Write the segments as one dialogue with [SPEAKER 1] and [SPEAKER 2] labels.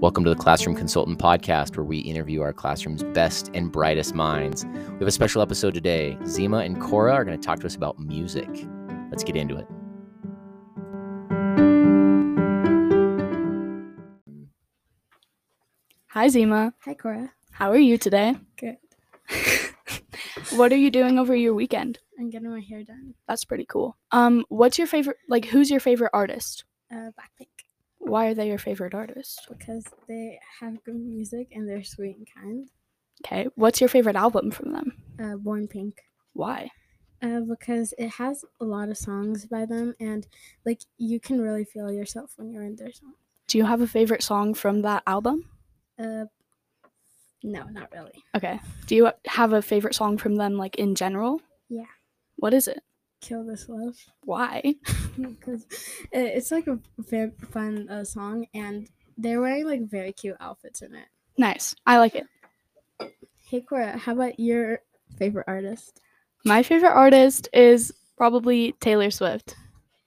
[SPEAKER 1] Welcome to the Classroom Consultant Podcast, where we interview our classroom's best and brightest minds. We have a special episode today. Zima and Cora are going to talk to us about music. Let's get into it.
[SPEAKER 2] Hi, Zima.
[SPEAKER 3] Hi, Cora.
[SPEAKER 2] How are you today?
[SPEAKER 3] Good.
[SPEAKER 2] What are you doing over your weekend?
[SPEAKER 3] I'm getting my hair done.
[SPEAKER 2] That's pretty cool. Um, what's your favorite? Like, who's your favorite artist?
[SPEAKER 3] Uh, Blackpink
[SPEAKER 2] Why are they your favorite artist?
[SPEAKER 3] because they have good music and they're sweet and kind.
[SPEAKER 2] Okay. What's your favorite album from them?
[SPEAKER 3] Uh, Born Pink.
[SPEAKER 2] Why?
[SPEAKER 3] Uh, because it has a lot of songs by them, and like you can really feel yourself when you're in their song.
[SPEAKER 2] Do you have a favorite song from that album?
[SPEAKER 3] Uh, no, not really.
[SPEAKER 2] Okay. Do you have a favorite song from them, like in general?
[SPEAKER 3] Yeah.
[SPEAKER 2] What is it?
[SPEAKER 3] Kill this love,
[SPEAKER 2] Why?
[SPEAKER 3] because it's like a very fun uh, song, and they're wearing like very cute outfits in it.
[SPEAKER 2] Nice. I like it.
[SPEAKER 3] Hey, Cora, how about your favorite artist?
[SPEAKER 2] My favorite artist is probably Taylor Swift.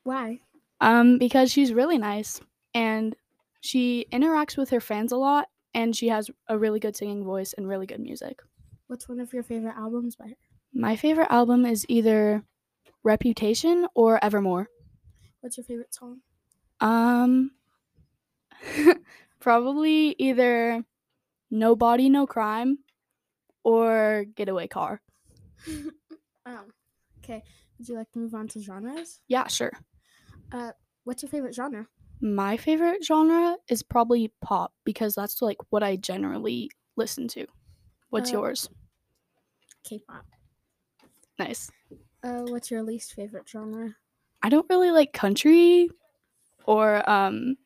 [SPEAKER 3] Why?
[SPEAKER 2] Um, because she's really nice and she interacts with her fans a lot and she has a really good singing voice and really good music.
[SPEAKER 3] What's one of your favorite albums by her?
[SPEAKER 2] My favorite album is either Reputation or Evermore.
[SPEAKER 3] What's your favorite song?
[SPEAKER 2] Um probably either No Body No Crime or Getaway Car.
[SPEAKER 3] um, okay. Would you like to move on to genres?
[SPEAKER 2] Yeah, sure.
[SPEAKER 3] What's your favorite genre?
[SPEAKER 2] My favorite genre is probably pop because that's like what I generally listen to. What's
[SPEAKER 3] Uh,
[SPEAKER 2] yours?
[SPEAKER 3] K-pop.
[SPEAKER 2] Nice.
[SPEAKER 3] Uh, what's your least favorite genre?
[SPEAKER 2] I don't really like country or um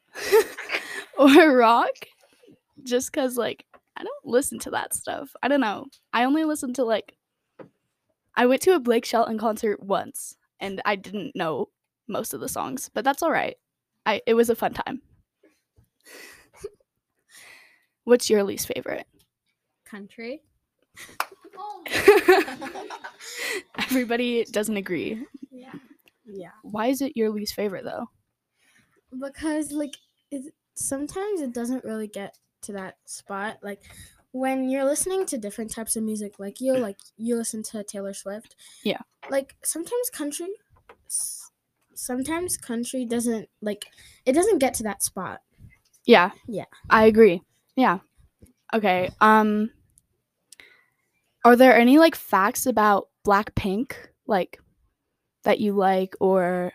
[SPEAKER 2] or rock just cuz like I don't listen to that stuff. I don't know. I only listen to like I went to a Blake Shelton concert once and I didn't know most of the songs, but that's all right. I it was a fun time. What's your least favorite?
[SPEAKER 3] Country.
[SPEAKER 2] Everybody doesn't agree.
[SPEAKER 3] yeah. Yeah.
[SPEAKER 2] Why is it your least favorite though?
[SPEAKER 3] Because like it, sometimes it doesn't really get to that spot. Like when you're listening to different types of music, like you like you listen to Taylor Swift.
[SPEAKER 2] Yeah.
[SPEAKER 3] Like sometimes country s- sometimes country doesn't like it doesn't get to that spot.
[SPEAKER 2] Yeah.
[SPEAKER 3] Yeah.
[SPEAKER 2] I agree. Yeah. Okay. Um are there any like facts about Blackpink like that you like or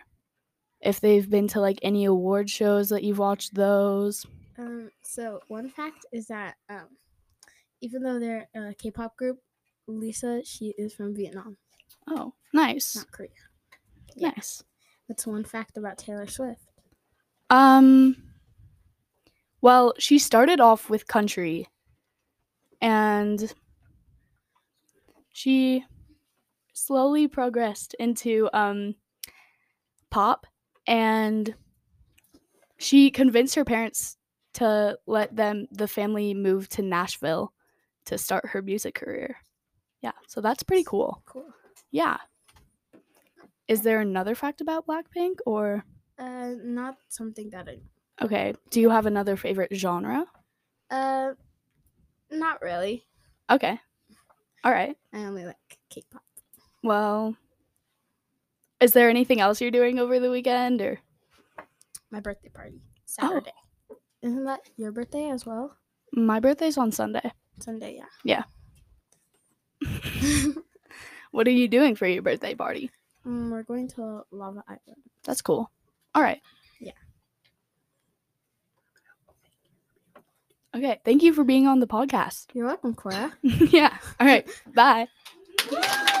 [SPEAKER 2] if they've been to like any award shows that you've watched those?
[SPEAKER 3] Um, so one fact is that um, even though they're a K-pop group, Lisa she is from Vietnam,
[SPEAKER 2] Oh, nice.
[SPEAKER 3] not Korea. Yeah.
[SPEAKER 2] Nice.
[SPEAKER 3] That's one fact about Taylor Swift.
[SPEAKER 2] Um well, she started off with country and she slowly progressed into um pop and she convinced her parents to let them the family move to Nashville to start her music career. Yeah, so that's pretty cool.
[SPEAKER 3] Cool.
[SPEAKER 2] Yeah. Is there another fact about Blackpink or
[SPEAKER 3] Uh, not something that I.
[SPEAKER 2] Okay. Do you have another favorite genre?
[SPEAKER 3] Uh, not really.
[SPEAKER 2] Okay. All right.
[SPEAKER 3] I only like K-pop.
[SPEAKER 2] Well, is there anything else you're doing over the weekend or
[SPEAKER 3] My birthday party Saturday. Isn't that your birthday as well?
[SPEAKER 2] my birthday's on Sunday?
[SPEAKER 3] Sunday, yeah.
[SPEAKER 2] What are you doing for your birthday party?
[SPEAKER 3] Um, we're going to Lava Island.
[SPEAKER 2] That's cool. All right.
[SPEAKER 3] Yeah.
[SPEAKER 2] Okay. Thank you for being on the podcast.
[SPEAKER 3] You're welcome, Cora.
[SPEAKER 2] yeah. All right. Bye.